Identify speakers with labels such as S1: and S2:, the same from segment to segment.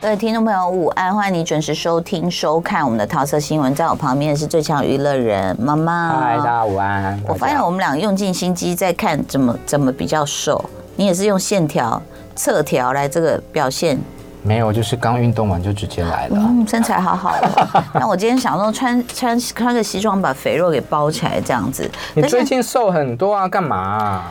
S1: 各位听众朋友，午安！欢迎你准时收听、收看我们的桃色新闻。在我旁边的是最强娱乐人妈妈。
S2: 嗨，大家午安。
S1: 啊我发现我们俩用尽心机在看怎么怎么比较瘦，你也是用线条、侧条来这个表现。
S2: 没有，就是刚运动完就直接来了。
S1: 嗯，身材好好 哦。那我今天想说穿穿穿个西装把肥肉给包起来这样子。
S2: 你最近瘦很多啊？干嘛啊、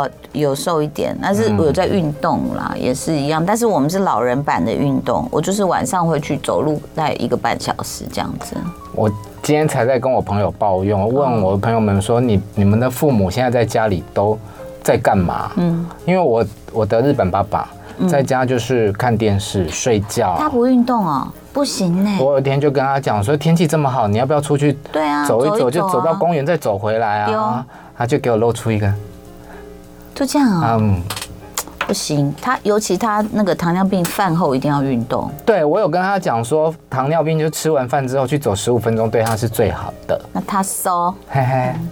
S1: 呃，有瘦一点，但是我有在运动啦，
S2: 嗯
S1: 也是一样。但是我们是老人版的运动，我就是晚上会去走路，大概一个半小时这样子。
S2: 我今天才在跟我朋友抱怨，我问我的朋友们说：“你你们的父母现在在家里都在干嘛？”嗯，因为我我的日本爸爸在家就是看电视、睡觉。
S1: 嗯他不运动哦，不行呢。
S2: 我有一天就跟他讲说：“天气这么好，你要不要出去
S1: 对啊，
S2: 走一走？就走到
S1: 啊
S2: 公园再走回来
S1: 对
S2: 啊
S1: 哦？”
S2: 他就给我露出一个
S1: 就这样啊，
S2: 嗯，
S1: 不行。他尤其他那个糖尿病饭后一定要运动。
S2: 对我有跟他讲说，糖尿病就吃完饭之后去走十五分钟，对他是最好的。
S1: 那他骚，
S2: 嘿嘿，
S1: 嗯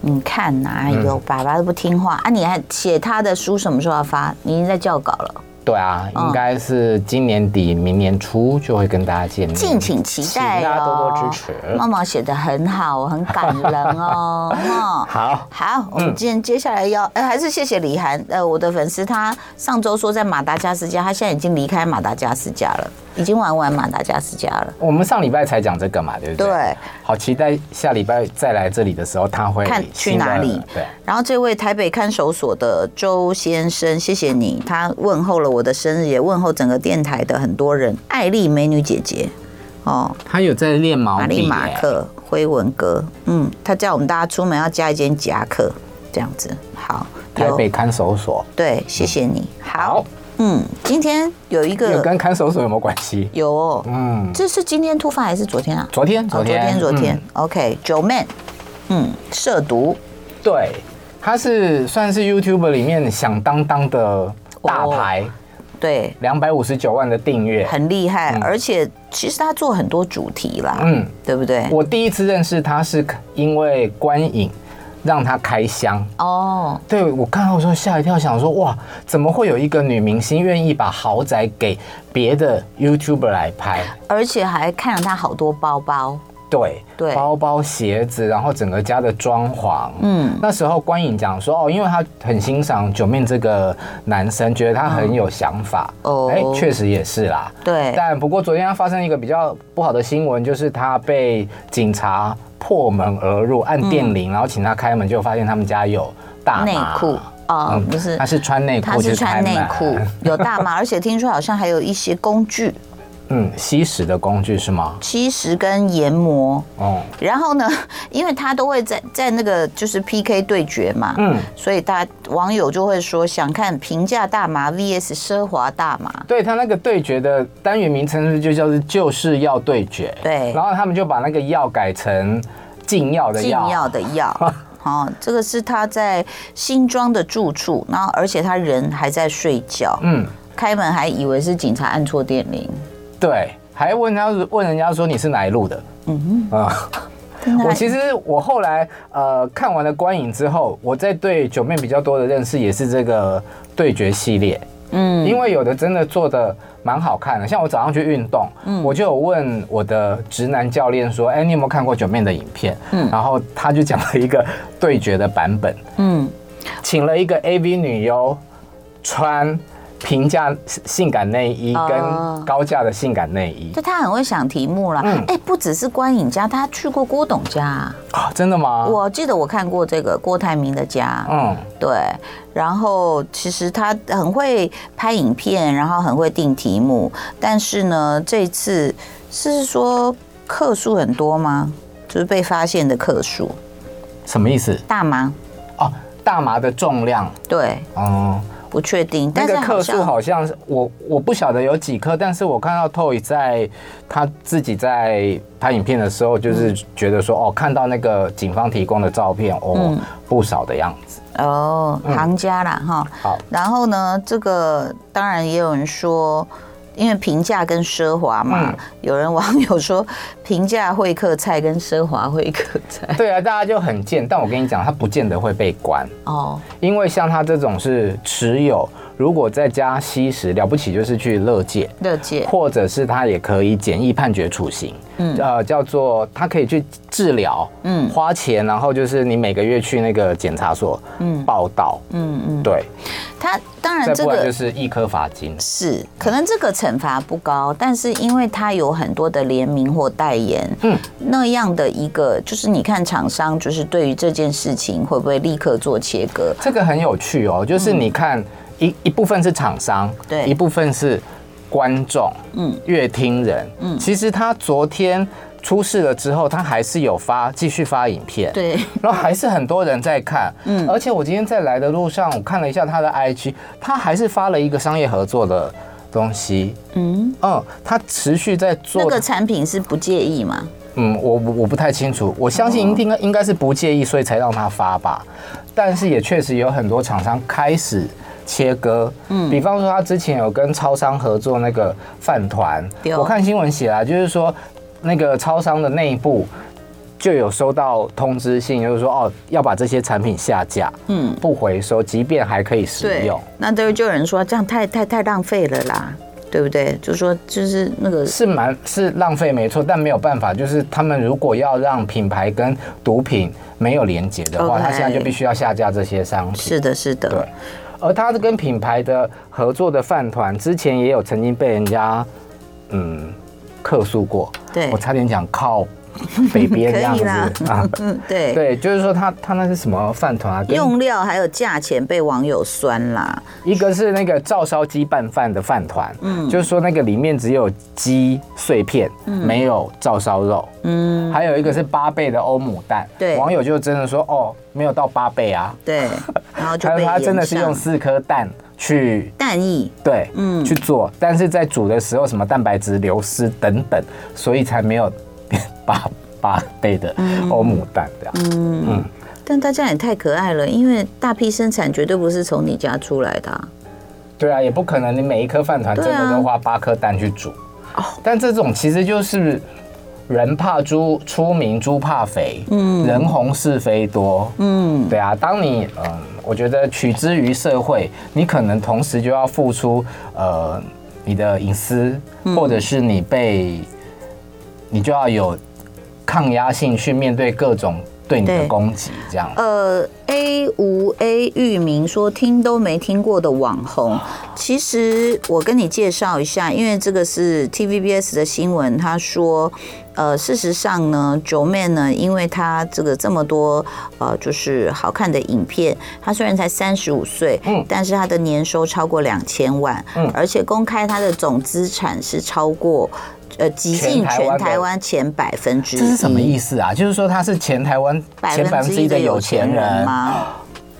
S1: 你看呐、哎呦，
S2: 嗯
S1: 爸爸都不听话啊！你还写他的书什么时候要发？你已经在校稿了，
S2: 对啊，
S1: 嗯
S2: 应该是今年底、明年初就会跟大家见面，
S1: 敬请期待
S2: 请大家多多支持。
S1: 茂茂写的很好，我很感人 哦。哦
S2: 好，
S1: 好，我
S2: 嗯
S1: 们今天接下来要，呃，还是谢谢李涵，呃，我的粉丝，他上周说在马达加斯加，他现在已经离开马达加斯加了，已经玩完马达加斯加了。
S2: 我们上礼拜才讲这个嘛，对不对？
S1: 对。
S2: 好期待下礼拜再来这里的时候，他会
S1: 看去
S2: 新的
S1: 哪里
S2: 对，
S1: 然后这位台北看守所的周先生，谢谢你，他问候了我的生日，也问候整个电台的很多人。艾丽美女姐姐，哦，
S2: 他有在练毛
S1: 玛丽
S2: 笔、
S1: 马
S2: 欸。
S1: 克、辉文哥，嗯，他叫我们大家出门要加一件夹克，这样子。好，
S2: 哎台
S1: 有
S2: 北看守所，
S1: 对，谢谢你。好
S2: 好，
S1: 嗯，今天有一
S2: 有
S1: 个
S2: 跟看守所有没有关系？
S1: 有哦，
S2: 嗯，
S1: 这是今天突发还是昨天啊？
S2: 昨天，
S1: 哦昨
S2: 昨天，
S1: 昨天
S2: 嗯。
S1: OK，九妹，嗯，涉毒
S2: 对，他是算是 YouTube 里面响当当的大
S1: 哦
S2: 牌，
S1: 对。
S2: 两百五十九万的订阅。
S1: 很厉害，而且其实他做很多主题啦，
S2: 嗯，
S1: 对不对？
S2: 我第一次认识他是因为观影让他开箱。
S1: 哦，
S2: 对我看到的时候吓一跳，想说哇，怎么会有一个女明星愿意把豪宅给别的 YouTuber 来拍？
S1: 而且还看了他好多包包，
S2: 对，
S1: 对
S2: 包包、鞋子，然后整个家的装潢。
S1: 嗯
S2: 嗯，那时候观影讲说，哦，因为他很欣赏九面这个男生，觉得他很有想法。
S1: 哦
S2: 哦，哎，确实也是啦。
S1: 对，
S2: 但不过昨天他发生一个比较不好的新闻，就是他被警察破门而入，按电铃，然后请他开门，就发现他们家有大
S1: 内
S2: 麻
S1: 裤啊，不是
S2: 嗯他，是穿内
S1: 他
S2: 裤去
S1: 是
S2: 开
S1: 穿
S2: 门，
S1: 内裤，有大 码，而且听说好像还有一些工具，
S2: 嗯，吸食的工具是吗？
S1: 吸食跟研磨。
S2: 哦，
S1: 然后呢， 因为他都会在在那个就是 PK 对决嘛，
S2: 嗯，
S1: 所以大网友就会说想看平价大麻 VS 奢华大麻，
S2: 对他那个对决的单元名称是就叫做就是要对决，
S1: 对
S2: 然后他们就把那个药改成禁药的
S1: 禁
S2: 药，
S1: 药的 药。哦，这个是他在新庄的住处，然后而且他人还在睡觉，
S2: 嗯，
S1: 开门还以为是警察按错电铃，
S2: 对，还问他问人家说你是哪一路的，嗯啊。
S1: 真的
S2: 我
S1: 还
S2: 其实我后来呃看完了观影之后，我在对九妹比较多的认识也是这个对决系列，
S1: 嗯
S2: 因为有的真的做的蛮好看的，像我早上去运动，
S1: 嗯
S2: 我就有问我的直男教练说，哎、你有没有看过九妹的影片？然后他就讲了一个对决的版本，
S1: 嗯，
S2: 请了一个 AV 女优穿平价性感内衣
S1: 哦
S2: 跟高价的性感内衣
S1: 就他很会想题目啦。哎、
S2: 嗯
S1: 不只是观影家，他去过郭董家啊、
S2: 啊、真的吗？
S1: 我记得我看过这个郭台铭的家，
S2: 嗯，
S1: 对，然后其实他很会拍影片，然后很会定题目，但是呢，这一次是说克数很多吗？就是被发现的克数
S2: 什么意思？
S1: 大吗？
S2: 哦，大麻的重量。
S1: 对，
S2: 哦、
S1: 不确定，
S2: 那
S1: 但是
S2: 个克
S1: 好
S2: 数
S1: 像
S2: 好像是我我不晓得有几克，但是我看到 Toy 在他自己在拍影片的时候，
S1: 嗯
S2: 就是觉得说、哦，看到那个警方提供的照片哦，
S1: 嗯
S2: 不少的样 子。
S1: 哦，行家啦哈。
S2: 嗯好，
S1: 然后呢，这个当然也有人说，因为平价跟奢华嘛，
S2: 嗯
S1: 有人网友说平价会客菜跟奢华会客 菜
S2: 对啊，大家就很贱，但我跟你讲，他不见得会被关，
S1: 哦，
S2: 因为像他这种是持有，如果在家吸食，了不起就是去乐界，
S1: 乐界
S2: 或者是他也可以简易判决处刑，
S1: 嗯
S2: 呃，叫做他可以去治疗，
S1: 嗯
S2: 花钱，然后就是你每个月去那个检察所，
S1: 嗯
S2: 报道，
S1: 嗯嗯，
S2: 对，
S1: 他当然
S2: 再
S1: 这
S2: 不然
S1: 个
S2: 就是一颗罚金，
S1: 是，可能这个惩罚不高，但是因为它有很多的联名或代言，
S2: 嗯
S1: 那样的一个就是你看厂商就是对于这件事情会不会立刻做切割？
S2: 这个很有趣哦，就是你看一一部分是厂商，
S1: 嗯对
S2: 一部分是观众，
S1: 嗯
S2: 嗯，乐听人，嗯，其实他昨天出事了之后，他还是有发继续发影片，。
S1: 对，
S2: 然后还是很多人在看，嗯，而且我今天在来的路上，我看了一下他的 IG，他还是发了一个商业合作的东西，
S1: 嗯，
S2: 嗯，他持续在做，
S1: 那个产品是不介意嘛？
S2: 嗯，我我我不太清楚，我相信应该应该是不介意，所以才让他发吧。但是也确实有很多厂商开始切割，嗯，比方说他之前有跟超商合作那个饭团
S1: 对，哦
S2: 我看新闻写啦，就是说那个超商的内部就有收到通知信，就是说哦要把这些产品下架，
S1: 嗯，
S2: 不回收，即便还可以使用。
S1: 那都就有人说这样太太太浪费了啦，对不对？就说就是那个
S2: 是蛮是浪费没错，但没有办法，就是他们如果要让品牌跟毒品没有连接的话
S1: OK
S2: 他现在就必须要下架这些商品。
S1: 是的，是的
S2: 对，而他跟品牌的合作的饭团，之前也有曾经被人家嗯客诉过，
S1: 对
S2: 我差点讲靠北边这样
S1: 可以啦
S2: 子啊，
S1: 嗯，对。
S2: 对，就是说他他那是什么饭团啊？跟
S1: 用料还有价钱被网友酸啦，
S2: 一个是那个照烧鸡拌饭的饭团，嗯，就是说那个里面只有鸡碎片，没有照烧肉，
S1: 嗯，
S2: 还有一个是八倍的欧姆蛋，
S1: 对
S2: 网友就真的说哦，没有到八倍啊，
S1: 对，然后就
S2: 他
S1: 被
S2: 说他
S1: 延
S2: 真的是
S1: 上
S2: 用四颗蛋去
S1: 蛋液，
S2: 对，
S1: 嗯
S2: 去做，但是在煮的时候什么蛋白质流失等等，所以才没有八八倍的
S1: 嗯
S2: 欧姆蛋这样，
S1: 但大家也太可爱了，因为大批生产绝对不是从你家出来的啊、
S2: 对啊，也不可能你每一颗饭团真
S1: 对啊
S2: 的都花八颗蛋去煮。
S1: 哦
S2: 但这种其实就是人怕猪出名，猪怕肥，嗯，人红是非多，
S1: 嗯，
S2: 对啊。当你嗯，我觉得取之于社会，你可能同时就要付出呃你的隐私，或者是你被你就要有抗压性去面对各种对你的
S1: 对
S2: 攻击，这样。
S1: 呃，A 吴 A 域名说听都没听过的网红，其实我跟你介绍一下，因为这个是 TVBS 的新闻，他说，呃，事实上呢，九妹呢，因为她这个这么多呃，就是好看的影片，她虽然才三十五岁，
S2: 嗯
S1: 但是她的年收超过两千万，
S2: 嗯
S1: 而且公开她的总资产是超过。呃，挤进
S2: 全台
S1: 全
S2: 湾的
S1: 台湾前百分之一，
S2: 这是什么意思啊？就是说他是前台湾
S1: 百
S2: 前百
S1: 分
S2: 分
S1: 之
S2: 之
S1: 一
S2: 一
S1: 的
S2: 的
S1: 有
S2: 有
S1: 钱
S2: 钱
S1: 人
S2: 人
S1: 吗？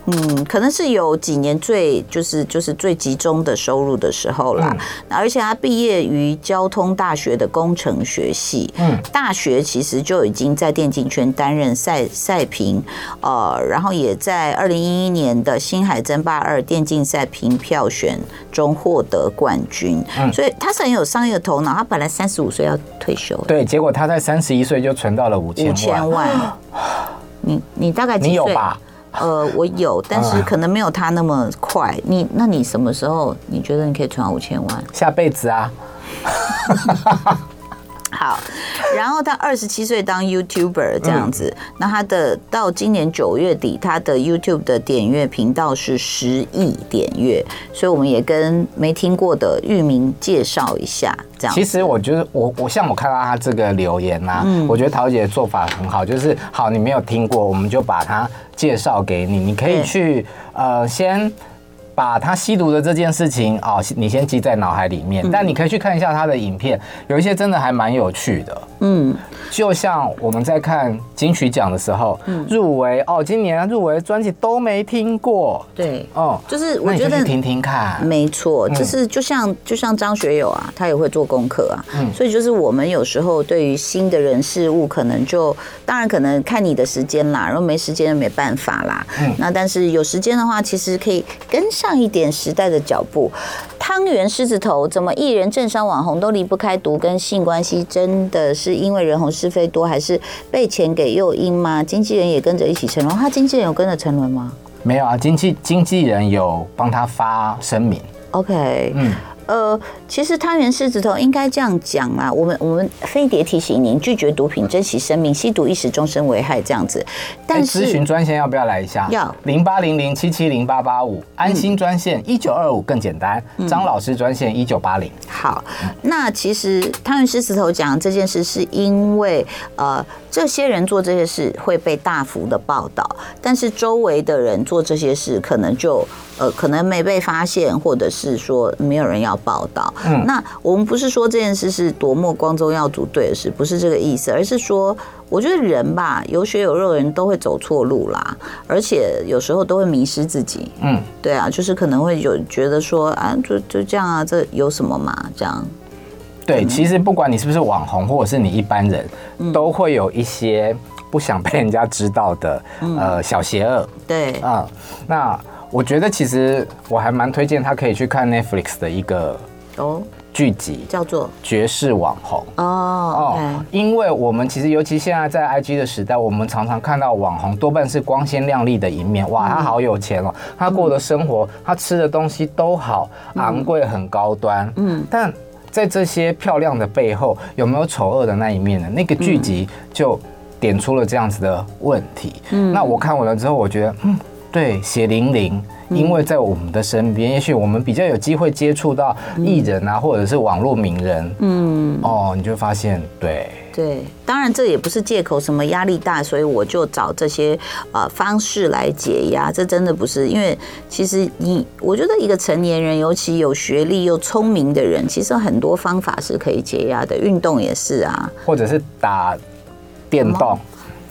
S1: 嗯，可能是有几年最就是就是最集中的收入的时候啦，
S2: 嗯
S1: 而且他毕业于交通大学的工程学系，
S2: 嗯，
S1: 大学其实就已经在电竞圈担任赛赛评，呃，然后也在二零一一年的星海争霸二电竞赛评票选中获得冠军，
S2: 嗯
S1: 所以他是很有商业头脑，他本来三十五岁要退休，
S2: 对，结果他在三十一岁就存到了五千
S1: 五
S2: 万。
S1: 千万。你你大概几岁？
S2: 你有吧？
S1: 呃，我有，但
S2: 啊
S1: 是可能没有他那么快。你那你什么时候你觉得你可以存五千万？
S2: 下辈子啊，
S1: 好，然后他二十七岁当
S2: 嗯
S1: YouTuber 这样子，那他的到今年九月底，他的 YouTube 的点阅频道是十亿点阅，所以我们也跟没听过的域名介绍一下，这样
S2: 其实我觉得我我像我看到他这个留言啊，
S1: 嗯
S2: 我觉得桃姐的做法很好，就是好你没有听过，我们就把它介绍给你，你可以
S1: 对
S2: 去呃先。把他吸毒的这件事情哦，你先记在脑海里
S1: 嗯
S2: 面，但你可以去看一下他的影片，有一些真的还蛮有趣的。
S1: 嗯，
S2: 就像我们在看金曲奖的时候，
S1: 嗯
S2: 入围哦，今年入围的专辑都没听过，
S1: 对，
S2: 哦，
S1: 就是我
S2: 那你
S1: 觉
S2: 就
S1: 得
S2: 去听听看，
S1: 没错，就是就像就像张学友啊，他也会做功课啊，所以就是我们有时候对于新的人事物，可能就当然可能看你的时间啦，然后没时间就没办法啦。那但是有时间的话，其实可以跟上一点时代的脚步。他汤圆狮子头，怎么艺人、政商、网红都离不开毒跟性关系？真的是因为人红是非多，还是被钱给诱因吗？经纪人也跟着一起沉沦，他经纪人有跟着沉沦吗
S2: 没有啊，经纪经纪人有帮他发声明，
S1: ？OK，
S2: 嗯，
S1: 呃，其实汤圆狮子头应该这样讲啊，我们我们飞碟提醒您拒绝毒品，珍惜生命，吸毒一时终身危害这样子。但
S2: 哎咨询
S1: 是
S2: 专线要不要来一下？
S1: 要嗯
S2: 零八零零七七零八八五，安心专线一九二五更简单，张老师专线一九八零。
S1: 好，那其实汤圆狮子头讲这件事，是因为呃，这些人做这些事会被大幅的报道，但是周围的人做这些事，可能就呃，可能没被发现，或者是说没有人要报道。
S2: 嗯
S1: 那我们不是说这件事是多么光宗耀祖对的事，不是这个意思，而是说，我觉得人吧，有血有肉的人都会走错路啦，而且有时候都会迷失自己。
S2: 嗯，
S1: 对啊，就是可能会有觉得说啊，就就这样啊，这有什么嘛？这样，嗯
S2: 对，其实不管你是不是网红，或者是你一般人，都会有一些不想被人家知道的
S1: 嗯
S2: 呃小邪恶
S1: 对，
S2: 啊。那我觉得其实我还蛮推荐他可以去看 Netflix 的一个
S1: 哦，
S2: 剧集《
S1: 叫做
S2: 绝世网红》。
S1: 哦
S2: 哦，因为我们其实尤其现在在 IG 的时代，我们常常看到网红多半是光鲜亮丽的一面，哇，他好有钱哦，他过的生活，他吃的东西都好昂贵，很高端，嗯，但。在这些漂亮的背后，有没有丑恶的那一面呢？那个剧集就点出了这样子的问题。嗯，那我看完了之后，我觉得，嗯，对，血淋淋，因为在我们的身边，也许我们比较有机会接触到艺人啊，或者是网络名人，
S1: 嗯，
S2: 哦，你就会发现，对，
S1: 对，当然这也不是借口，什么压力大，所以我就找这些呃方式来解压，这真的不是，因为其实你，我觉得一个成年人，尤其有学历又聪明的人，其实有很多方法是可以解压的，运动也是啊，
S2: 或者是打电动，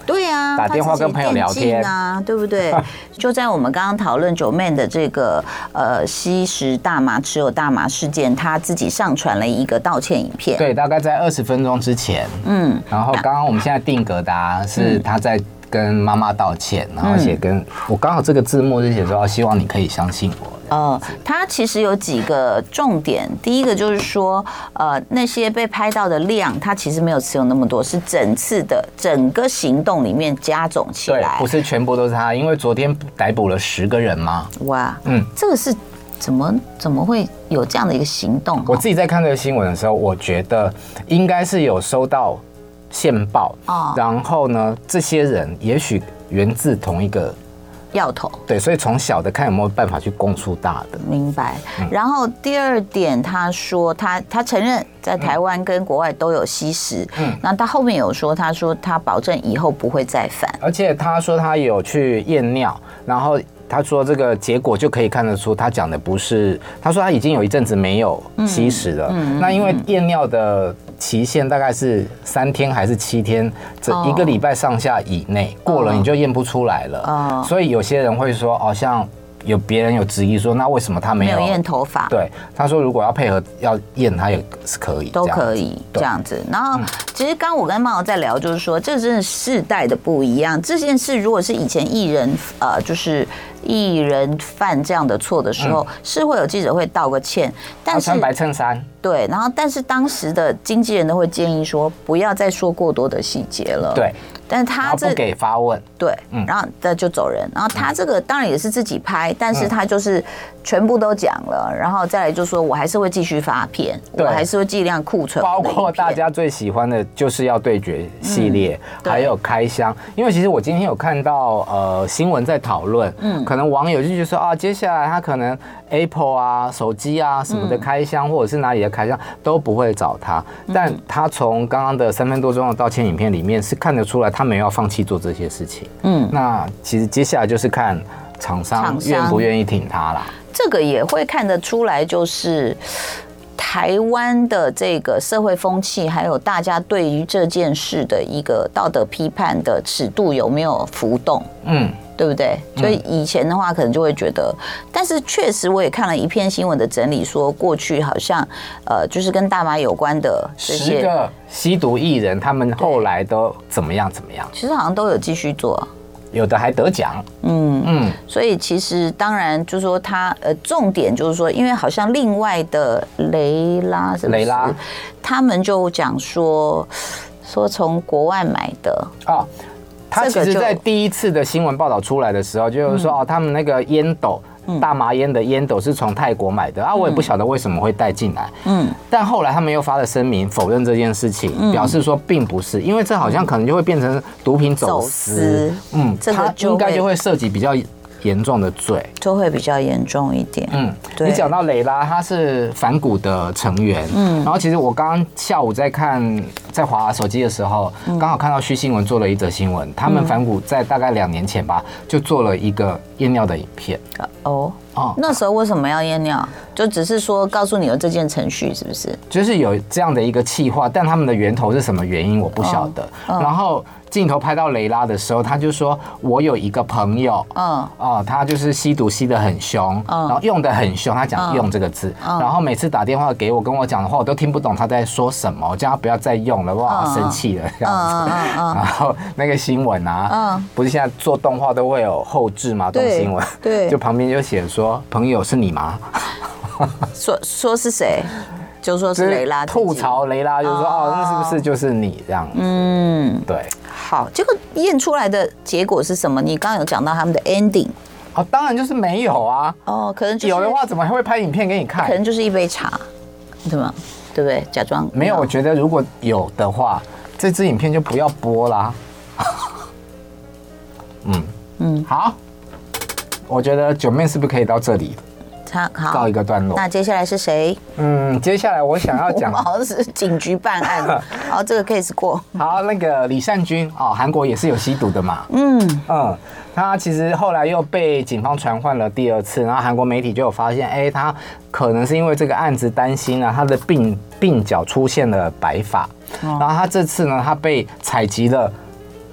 S1: 对啊，
S2: 打电话跟朋友聊
S1: 他
S2: 天
S1: 自己电竞啊，对不 对？就在我们刚刚讨论九妹的这个呃吸食大麻、持有大麻事件，她自己上传了一个道歉影片。
S2: 对，大概在二十分钟之前。
S1: 嗯，
S2: 然后刚刚我们现在定格的啊，是他在跟妈妈道歉，然后写跟我刚好这个字幕就写说，希望你可以相信我。
S1: 呃，它其实有几个重点，第一个就是说，呃，那些被拍到的量，它其实没有持有那么多，是整次的整个行动里面加总起
S2: 对，
S1: 来
S2: 不。是全部都是他，因为昨天逮捕了十个人嘛。
S1: 哇，
S2: 嗯，
S1: 这个是怎么怎么会有这样的一个行动哦？
S2: 我自己在看这个新闻的时候，我觉得应该是有收到线报，
S1: 哦
S2: 然后呢，这些人也许源自同一个，
S1: 药头。
S2: 对，所以从小的看有没有办法去供出大的。
S1: 明白。然后第二点，他说他他承认在台湾跟国外都有吸食，嗯，那他后面有说，他说他保证以后不会再犯。
S2: 而且他说他有去验尿，然后他说这个结果就可以看得出他讲的不是，他说他已经有一阵子没有吸食了。
S1: 嗯
S2: 那因为验尿的期限大概是三天还是七天，这
S1: 哦
S2: 一个礼拜上下以内、过了你就验不出来了。
S1: 哦
S2: 所以有些人会说，哦，像有别人有质疑说，那为什么他没
S1: 没
S2: 有？
S1: 有验头发，
S2: 对，他说如果要配合要验，他也是可以，
S1: 都
S2: 这样
S1: 可以
S2: 对
S1: 这样子。嗯然后，其实刚我跟茂在聊，就是说这真的世代的不一样。这件事如果是以前艺人呃，就是艺人犯这样的错的时候，是会有记者会道个歉，
S2: 他
S1: 但是
S2: 穿白衬衫。
S1: 对，然后但是当时的经纪人都会建议说，不要再说过多的细节了。
S2: 对，
S1: 但是
S2: 然
S1: 哦他
S2: 后
S1: 这
S2: 不给嗯发问，
S1: 对，然后他就走人。然后他这个当然也是自己拍，但是他就是全部都讲了，然后再来就说我还是会继续发片，我
S2: 对
S1: 还是会尽量库存
S2: 包
S1: 我的影片，
S2: 括大家最喜欢的就是要对决系列，
S1: 嗯对
S2: 还有开箱。因为其实我今天有看到呃新闻在讨论，嗯，可能网友就觉得说啊，接下来他可能 Apple 啊、手机啊什么
S1: 嗯
S2: 的开箱，或者是哪里的开箱都不会找他。但他从刚刚的三分多钟的道歉影片里面是看得出来，他没有要放弃做这些事情。
S1: 嗯
S2: 嗯，那其实接下来就是看厂商
S1: 厂商
S2: 愿不愿意挺他啦。
S1: 这个也会看得出来，就是台湾的这个社会风气，还有大家对于这件事的一个道德批判的尺度有没有浮动。
S2: 嗯，
S1: 对不对？所以以前的话，可能就会觉得，但是确实我也看了一篇新闻的整理说，过去好像呃，就是跟大麻有关的这
S2: 十
S1: 些，
S2: 个吸毒艺人他们后来都怎么样怎么样？
S1: 其实好像都有继续做。
S2: 有的还得奖。
S1: 嗯，
S2: 嗯，
S1: 所以其实当然就是说他呃，重点就是说，因为好像另外的雷拉是不是
S2: 雷拉，
S1: 他们就讲说说从国外买的，
S2: 哦，他
S1: 这
S2: 其
S1: 个
S2: 实，
S1: 就嗯
S2: 在第一次的新闻报道出来的时候，就是说、哦，他们那个烟斗。大麻烟的烟斗是从泰国买的啊，我也不晓得为什么会带进来。
S1: 嗯，
S2: 但后来他们又发了声明否认这件事情，表示说并不是，因为这好像可能就会变成毒品走
S1: 走
S2: 私。
S1: 私
S2: 嗯，
S1: 这个
S2: 它
S1: 就
S2: 应该
S1: 会
S2: 就会涉及比较严重的罪。
S1: 就会比较严重一点。
S2: 嗯，
S1: 对
S2: 你讲到蕾拉，她是反骨的成员。嗯，然后其实我刚刚下午在看在滑手机的时候，刚好看到虚新闻做了一则新闻，他们反骨在大概两年前吧，就做了一个验尿的影片。
S1: 哦，
S2: 哦，
S1: 那时候为什么要验尿？就只是说告诉你有这件程序，是不是？
S2: 就是有这样的一个气话，但他们的源头是什么原因我不晓得。然后镜头拍到蕾拉的时候，他就说：“我有一个朋友，
S1: 嗯
S2: 哦，他就是吸毒吸得很凶，
S1: 嗯
S2: 然后用得很凶，他讲
S1: 嗯
S2: 用这个字，然后每次打电话给我跟我讲的话，我都听不懂他在说什么，我叫他不要再用了，我好
S1: 嗯
S2: 生气了
S1: 嗯
S2: 这样子。
S1: 嗯嗯 嗯，
S2: 然后那个新闻啊，
S1: 嗯
S2: 不是现在做动画都会有后置吗？动
S1: 对
S2: 新闻，
S1: 对 啊
S2: 就旁边就写说朋友是你吗？
S1: 说说是谁？就说
S2: 就是
S1: 雷拉自己
S2: 吐。槽雷拉，就是说
S1: 哦
S2: 哦，那是不是就是你这样？
S1: 嗯，
S2: 对，
S1: 好，结果验出来的结果是什么？你刚刚有讲到他们的 ending
S2: 哦，当然就是没有啊，
S1: 哦，可能就是
S2: 有的话怎么还会拍影片给你
S1: 可
S2: 看
S1: 能？就是一杯茶，对吗？对不对？假装
S2: 没有，我觉得如果有的话，这支影片就不要播啦。 嗯嗯，好，我觉得九妹是不是可以到这里
S1: 他
S2: 告
S1: 好
S2: 一。个段落？
S1: 那接下来是谁？
S2: 嗯，接下来我想要
S1: 我
S2: 讲
S1: 们好像是警局办案， 然后这个 case 过。
S2: 好，那个李善均哦，韩国也是有吸毒的嘛。嗯嗯，他其实后来又被警方传唤了第二次，然后韩国媒体就有发现，哎、他可能是因为这个案子担心啊，他的鬓鬓角出现了白发，
S1: 哦
S2: 然后他这次呢，他被采集了。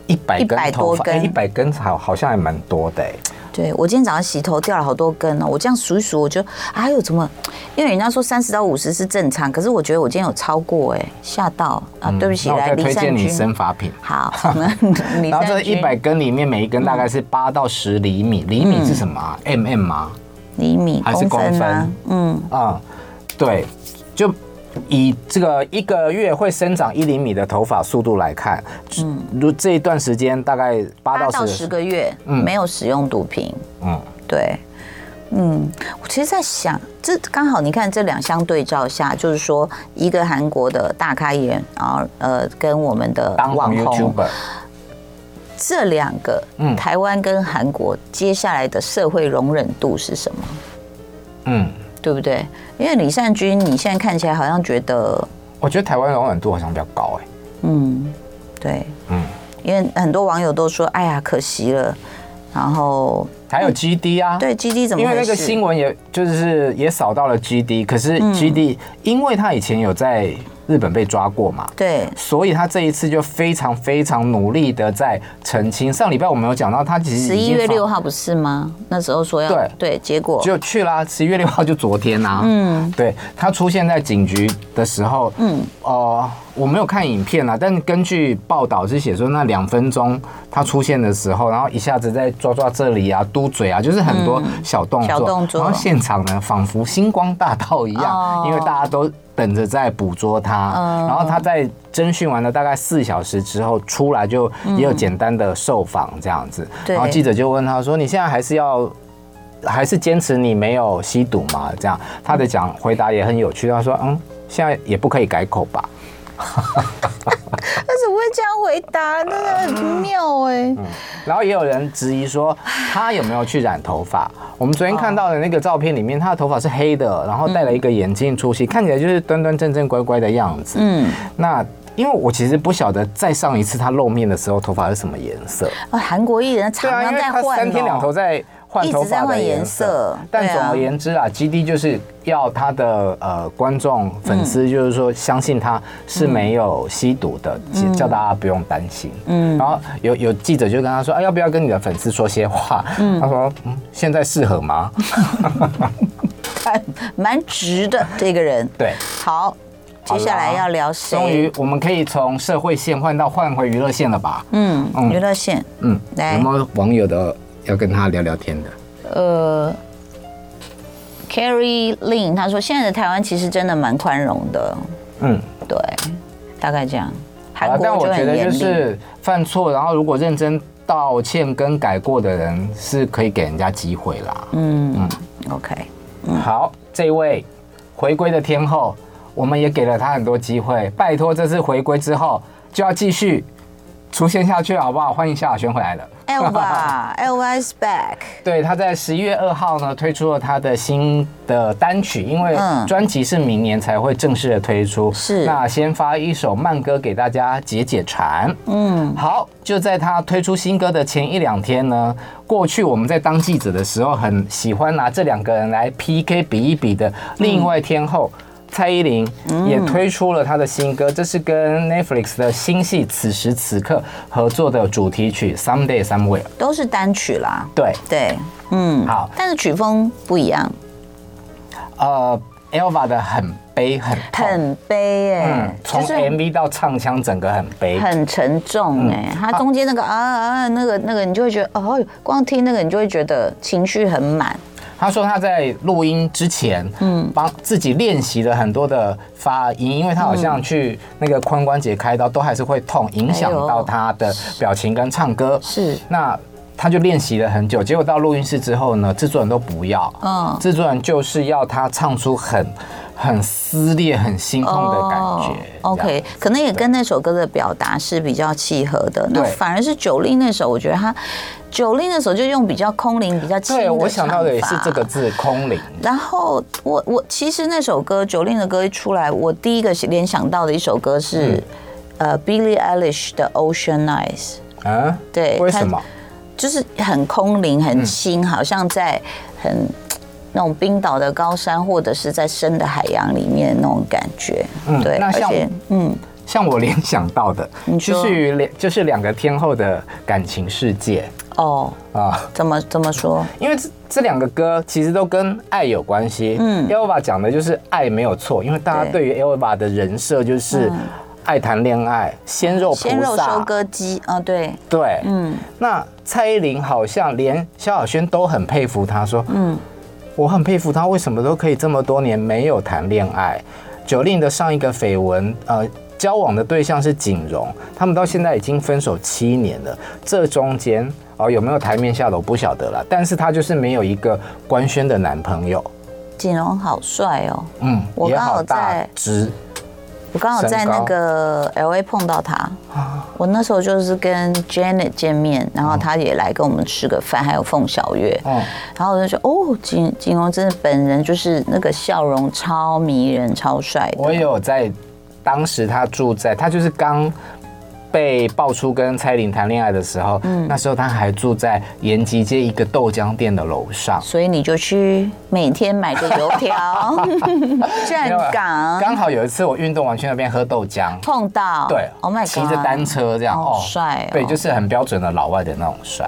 S2: 一百
S1: 100
S2: 根头
S1: 多
S2: 发，
S1: 根
S2: 一百、100根好，好像还蛮多的、哎
S1: 对我今天早上洗头掉了好多根哦，我这样数一数，我就哎呦怎么？因为人家说三十到五十是正常，可是我觉得我今天有超过哎，吓到啊！对不起，
S2: 嗯那我
S1: 来
S2: 再
S1: 李
S2: 推荐
S1: 善
S2: 你
S1: 君。
S2: 生发品。
S1: 好，那李
S2: 然后这
S1: 善
S2: 一
S1: 君
S2: 百根里面，每一根大概是八到十厘米，厘米是什么啊？mm 啊？
S1: 厘米
S2: 还是
S1: 公分啊，嗯，
S2: 啊、对，就以这个一个月会生长一厘米的头发速度来看，嗯，如这一段时间大概八
S1: 八
S2: 到
S1: 到
S2: 十
S1: 十，个月没有使用毒品，
S2: 嗯，
S1: 对，嗯，我其实在想，这刚好你看这两相对照下，就是说一个韩国的大咖艺人，然后呃跟我们的
S2: 当
S1: 网
S2: 红
S1: 红，
S2: YouTuber，
S1: 这两个
S2: 嗯
S1: 台湾跟韩国接下来的社会容忍度是什么？
S2: 嗯，
S1: 对不对？因为李善均，你现在看起来好像觉得，
S2: 我觉得台湾容忍度好像比较高哎、
S1: 嗯，对，
S2: 嗯，
S1: 因为很多网友都说，哎呀，可惜了。然后
S2: 还有 GD
S1: 嗯
S2: 啊，
S1: 对 G D 怎么
S2: 因
S1: 回
S2: 为
S1: 事？嗯
S2: 那个新闻也就是也扫到了 GD，可是 GD、因为他以前有在日本被抓过嘛，
S1: 对，
S2: 所以他这一次就非常非常努力的在澄清。上礼拜我们有讲到，他其实
S1: 十
S2: 已
S1: 一
S2: 经
S1: 月
S2: 发
S1: 六号不是吗？那时候说要
S2: 对
S1: 结果
S2: 就去啦，十一月六号就昨天呐、嗯，对他出现在警局的时候，嗯，呃，我没有看影片啦，但根据报道是写说那两分钟他出现的时候，然后一下子在抓抓这里啊、嘟嘴啊，就是很多小动作，
S1: 嗯小动作
S2: 然后现场呢仿佛星光大道一样，
S1: 哦嗯
S2: 因为大家都。等着在捕捉他，然后他在侦讯完了大概四小时之后出来，就也有简单的受访这样子。
S1: 对
S2: 然后记者就问他说：“你现在还是要还是坚持你没有吸毒嘛？这样他的讲回答也很有趣，他说嗯，现在也不可以改口吧？
S1: 他怎么会这样回答？真的很妙哎、
S2: 嗯然后也有人质疑说他有没有去染头发？我们昨天看到的那个照片里面，他的头发是黑的，然后戴了一个眼镜出席，看起来就是端端正正乖乖的样子。
S1: 嗯，
S2: 那因为我其实不晓得再上一次他露面的时候头发是什么颜色，
S1: 啊，韩国艺人
S2: 对
S1: 常
S2: 啊，因
S1: 常
S2: 为
S1: 在
S2: 他
S1: 换、哦，
S2: 三天两头在换头
S1: 一直在
S2: 发的
S1: 换
S2: 颜
S1: 颜
S2: 色
S1: 色。
S2: 但
S1: 对啊
S2: 总而言之啊，G D 就是要他的呃观众
S1: 嗯
S2: 粉丝，就是说相信他是没有吸毒的，
S1: 嗯
S2: 其叫大家不用担心。嗯，然后有有记者就跟他说，啊，要不要跟你的粉丝说些话？他说，嗯，现在适合吗？
S1: 蛮直的这个人。
S2: 对，
S1: 好，接下来要聊谁？
S2: 啊终于我们可以从社会线换到换回娱乐线了吧？
S1: 嗯，
S2: 嗯
S1: 娱乐线，
S2: 嗯，
S1: 来
S2: 有没有网友的要跟他聊聊天的？
S1: 呃，Carrie Lin 他说，现在的台湾其实真的蛮宽容的，
S2: 嗯，
S1: 对，大概这样。
S2: 好
S1: 韩
S2: 啊了，但
S1: 国
S2: 我
S1: 就
S2: 觉
S1: 很
S2: 得
S1: 严
S2: 就
S1: 厉，
S2: 是犯错，然后如果认真道歉跟改过的人，是可以给人家机会啦。
S1: 嗯，OK，嗯
S2: 好，这位回归的天后，我们也给了她很多机会。拜托，这次回归之后就要继续出现下去，好不好？欢迎萧亚轩回来了。
S1: Elva，Elva is back，
S2: 对，她在十一月二号呢推出了她的新的单曲，因为
S1: 嗯
S2: 专辑是明年才会正式的推出。
S1: 是
S2: 那先发一首慢歌给大家解解馋。嗯，好，就在她推出新歌的前一两天呢，过去我们在当记者的时候，很喜欢拿这两个人来 PK 比一比的。另外天后。
S1: 嗯
S2: 蔡依林也推出了她的新歌，这是跟 Netflix 的新戏《此时此刻》合作的主题曲《Someday Somewhere》。
S1: 都是单曲啦，
S2: 对，
S1: 对，嗯，
S2: 好
S1: 但是曲风不一样，
S2: 呃，Elva 的很悲很痛，
S1: 很悲
S2: 嗯
S1: 哎，，
S2: 从 MV 到唱腔整个很悲。
S1: 很沉重
S2: 嗯
S1: 哎，它中间那个啊啊那个那个，你就会觉得哦，光听那个你就会觉得情绪很满，
S2: 他说他在录音之前，嗯，帮自己练习了很多的发音，因为他好像去那个髋关节开刀都还是会痛，影响到他的表情跟唱歌。
S1: 哎是
S2: 那他就练习了很久，结果到录音室之后呢，制作人都不要，
S1: 嗯
S2: 制作人就是要他唱出很很撕裂、很心痛的感觉。
S1: 哦、
S2: 这样
S1: OK，可能也跟那首歌的表达是比较契合的。那
S2: 对
S1: 反而是九令那首，我觉得他九令那首就用比较空灵、比较轻的
S2: 对，我想到的也是
S1: 唱法
S2: 这个。字“空灵”。
S1: 然后我我其实那首歌九令的歌一出来，我第一个联想到的一首歌是、
S2: 嗯
S1: 呃 Billie Eilish 的 Ocean Eyes。
S2: 啊？
S1: 对
S2: 为什么？
S1: 就是很空灵、
S2: 嗯
S1: 很轻，好像在很那种冰岛的高山，或者是在深的海洋里面那种感觉。
S2: 嗯
S1: 对，
S2: 那
S1: 而
S2: 像
S1: 且嗯，
S2: 像我联想到的，
S1: 你
S2: 就
S1: 说
S2: 是于两就是两个天后的感情世界
S1: 哦，
S2: 啊，
S1: 怎么怎么说？
S2: 因为这这两个歌其实都跟爱有关系。嗯，Elva 讲的就是爱没有错，因为大家
S1: 对嗯
S2: 对于 Elva 的人设就是爱谈恋爱、鲜肉菩
S1: 鲜肉收
S2: 萨，
S1: 割机，嗯，对，
S2: 对，
S1: 嗯，
S2: 那蔡依林好像连萧亚轩都很佩服她，说，嗯，我很佩服她为什么都可以这么多年没有谈恋爱。九令的上一个绯闻，呃，交往的对象是景荣，他们到现在已经分手七年了，这中间哦有没有台面下的我不晓得了，但是她就是没有一个官宣的男朋友，
S1: 锦荣好帅哦，
S2: 嗯，
S1: 我
S2: 也
S1: 刚好
S2: 好大
S1: 在
S2: 只，
S1: 我刚好在那个 L A 碰到他，
S2: 啊
S1: 我那时候就是跟 Janet 见面，然后他也来跟我们吃个饭，还有凤小岳，
S2: 嗯，
S1: 然后我就说哦，景景荣真的本人就是那个笑容超迷人、超帅的，
S2: 我也有在，当时他住在，他就是刚被爆出跟蔡依林谈恋爱的时候，
S1: 嗯
S2: 那时候他还住在延吉街一个豆浆店的楼上。
S1: 所以你就去每天买个油 条，
S2: 没
S1: 站
S2: 有啊
S1: 岗
S2: 刚好有一次我运动完去那边喝豆浆，
S1: 碰到，
S2: 对
S1: ，Oh my God，
S2: 骑着单车这样，
S1: 好帅哦
S2: 对，就是很标准的老外的那种帅。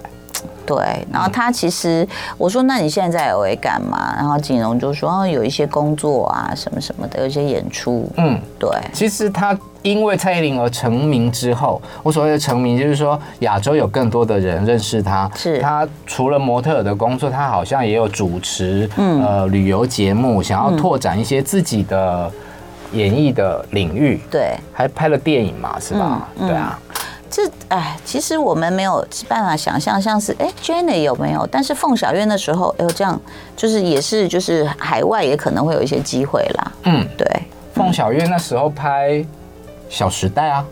S1: 对，然后他其实我说那你现在在 LA 干嘛？然后景荣就说哦有一些工作啊什么什么的，有一些演出。
S2: 嗯，
S1: 对，
S2: 其实他因为蔡依林而成名之后，我所谓的成名就是说亚洲有更多的人认识他。
S1: 是
S2: 他除了模特儿的工作，他好像也有主持，
S1: 嗯
S2: 呃，旅游节目，想要拓展一些自己的演艺的领域，
S1: 对，
S2: 还拍了电影嘛，是吧？
S1: 嗯
S2: 对啊，
S1: 这哎，其实我们没有办法想象，像是哎 Jenny 有没有？但是凤小岳那时候，哎呦这样就是也是就是海外也可能会有一些机会啦。
S2: 嗯，
S1: 对，
S2: 凤小岳那时候拍《小时代》啊，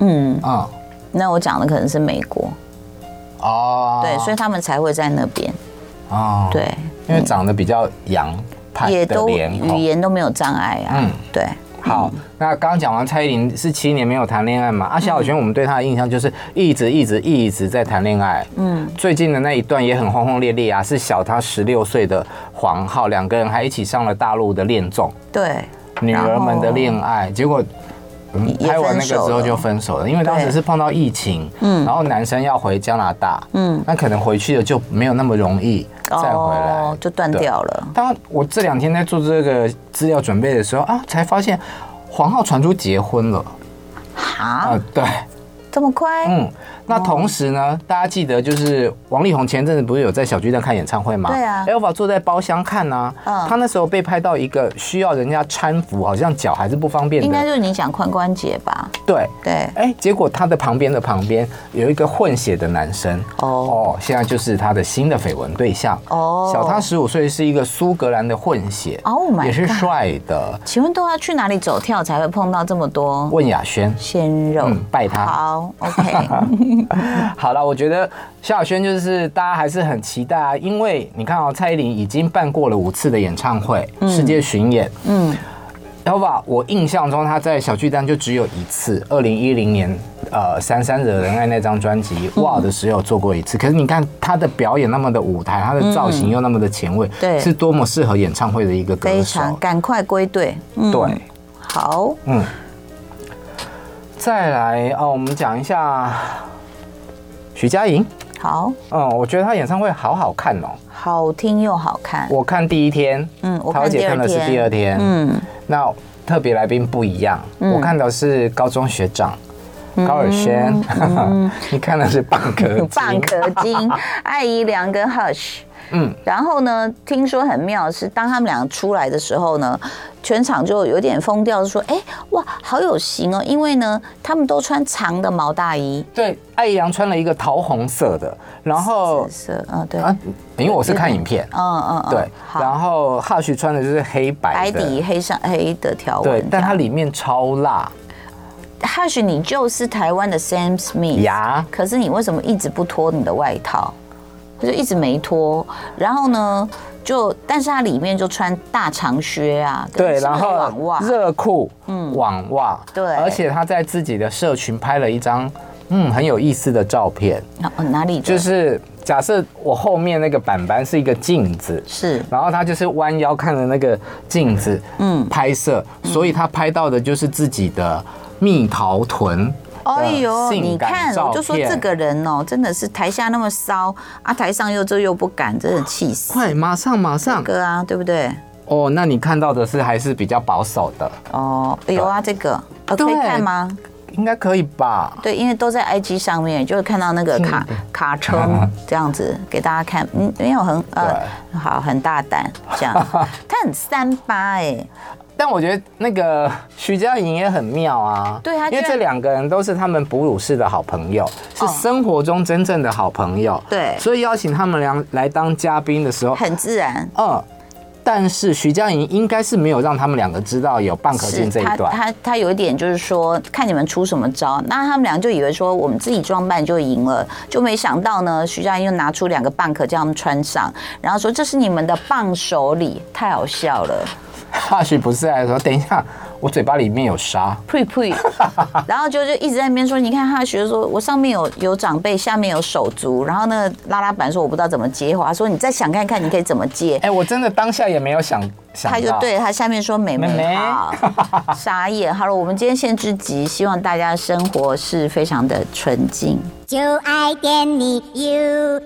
S1: 嗯，
S2: 嗯，
S1: 那我讲的可能是美国，
S2: 哦，
S1: 对，所以他们才会在那边，
S2: 哦，，
S1: 对，
S2: 因为长得比较洋派
S1: 也
S2: 的
S1: 都
S2: 脸
S1: 语
S2: 孔。
S1: 言都没有障碍啊。
S2: 嗯
S1: 对，
S2: 好，那刚刚讲完蔡依林是七年没有谈恋爱嘛？啊，萧亚轩我们对她的印象就是一直一直一直在谈恋爱。嗯，最近的那一段也很轰轰烈烈啊，是小她十六岁的黄浩，两个人还一起上了大陆的恋综
S1: 对，
S2: 《女儿们的恋爱》，结果。嗯
S1: 也
S2: 拍完那
S1: 分
S2: 个之
S1: 手
S2: 后
S1: 了
S2: 就分手了，因为当时
S1: 对
S2: 是碰到疫情，嗯，然后男生要回加拿大，嗯
S1: 嗯，
S2: 那可能回去了就没有那么容易再回来，
S1: 哦、就断
S2: 对
S1: 掉了。
S2: 当我这两天在做这个资料准备的时候啊，才发现皇后传出结婚了啊、
S1: 哈，
S2: 对，
S1: 这么快？
S2: 嗯，那同时呢，大家记得就是王力宏前阵子不是有在小巨蛋看演唱会吗？
S1: 对啊
S2: ，Elva 坐在包厢看啊，
S1: 嗯
S2: 他那时候被拍到一个需要人家搀扶，好像脚还是不方便
S1: 应该
S2: 的，
S1: 就是你讲髋关节吧？
S2: 对。
S1: 对，
S2: 哎，结果他的旁边的旁边有一个混血的男生
S1: 哦
S2: 哦现在就是他的新的绯闻对象
S1: 哦
S2: 小他十五岁，是一个苏格兰的混血
S1: Oh my
S2: 也是
S1: God
S2: 帅的。
S1: 请问都要去哪里走跳才会碰到这么多
S2: 问雅轩，
S1: 鲜肉？
S2: 嗯拜他
S1: 好，OK，
S2: 好了，我觉得萧亚轩就是大家还是很期待啊，因为你看哦，蔡依林已经办过了五次的演唱会、世界巡演。
S1: 嗯，
S2: Elva，我印象中她在小巨蛋就只有一次，二零一零年，呃，《三三惹人爱》那张专辑
S1: 嗯
S2: 《哇》的时候做过一次。可是你看她的表演那么的舞台，她的造型又那么的前卫，
S1: 嗯对
S2: 是多么适合演唱会的一个歌
S1: 非
S2: 手。
S1: 常赶快归队。嗯
S2: 对，
S1: 好，
S2: 嗯。再来哦，我们讲一下徐佳莹。
S1: 好，
S2: 嗯，我觉得她演唱会好好看哦。
S1: 好听又好看。
S2: 我看第一天，
S1: 嗯我看
S2: 桃姐看的是第二天，
S1: 嗯，
S2: 那特别来宾不一样，我看的是高中学长。
S1: 嗯
S2: 高尔宣， 你看的是蚌 壳精
S1: 蚌壳 精、艾怡良跟 Hush。
S2: 嗯，
S1: 然后呢，听说很妙的是，当他们两个出来的时候呢，全场就有点疯掉，说：“哎，哇，好有型哦！”因为呢，他们都穿长的毛大衣，
S2: 对，艾怡良穿了一个桃红色的，然后
S1: 紫色，嗯，对，嗯
S2: 哦啊，因为我是看影片，
S1: 嗯嗯，
S2: 对，
S1: 好，
S2: 然后哈许穿的就是黑白
S1: 白
S2: 的，
S1: 底黑上黑的条
S2: 对
S1: 纹，，
S2: 但它里面超辣，
S1: Hush，你就是台湾的 Sam Smith
S2: 呀
S1: 可是你为什么一直不脱你的外套？他就一直没脱，然后呢，就但是他里面就穿大长靴啊，跟
S2: 对，
S1: 是不
S2: 然
S1: 是网
S2: 后
S1: 袜，
S2: 热裤，嗯，网袜，
S1: 对
S2: 而且他在自己的社群拍了一张，嗯，很有意思的照片，
S1: 哪哦哪里的
S2: 就是假设我后面那个板板是一个镜子，
S1: 是
S2: 然后他就是弯腰看着那个镜子，嗯，拍摄，所以他拍到的就是自己的蜜桃臀。
S1: 哎呦，
S2: 呃性
S1: 你
S2: 感
S1: 看，
S2: 照
S1: 我就说
S2: 片
S1: 这个人哦、真的是台下那么骚啊，台上又这又不敢，真的气死
S2: 快，马上马上！
S1: 哥啊，对不对？
S2: 哦，那你看到的是还是比较保守的，
S1: 哦，有啊，这个呃可以
S2: 对
S1: 看吗？
S2: 应该可以吧？
S1: 对，因为都在 IG 上面，就会看到那个卡
S2: 嗯
S1: 卡车 这样子给大家看，嗯，没有很呃，好，很大胆这 样，他很三八哎，
S2: 但我觉得那个 徐佳莹也很妙啊，
S1: 对她居
S2: 因
S1: 然哦
S2: 为这两个人都是他们哺乳室的好朋友，是生活中真正的好朋友，
S1: 对
S2: 所以邀请他们俩来当嘉宾的时候，
S1: 很自然，
S2: 嗯，但是徐佳莹应该是没有让他们两个知道有蚌壳
S1: 是
S2: 精这一
S1: 他
S2: 段，
S1: 他他有一点就是说，看你们出什么招，那他们俩就以为说我们自己装扮就赢了，就没想到呢，徐佳莹又拿出两个蚌壳叫他们穿上，然后说这是你们的棒手礼，太好笑了。
S2: 或许不是来啊说，等一下，我嘴巴里面有沙，
S1: 呸 呸，然后就就一直在那边说，你看他学说，我上面有有长辈，下面有手足，然后那个拉拉板说我不知道怎么接话，说你再想看看你可以怎么接，
S2: 哎、我真的当下也没有想想
S1: 他
S2: 到，
S1: 就对着他下面说妹妹
S2: 妹妹
S1: 好，傻眼。好了，我们今天限制级，希望大家生活是非常的纯净。
S3: 就爱点你 U。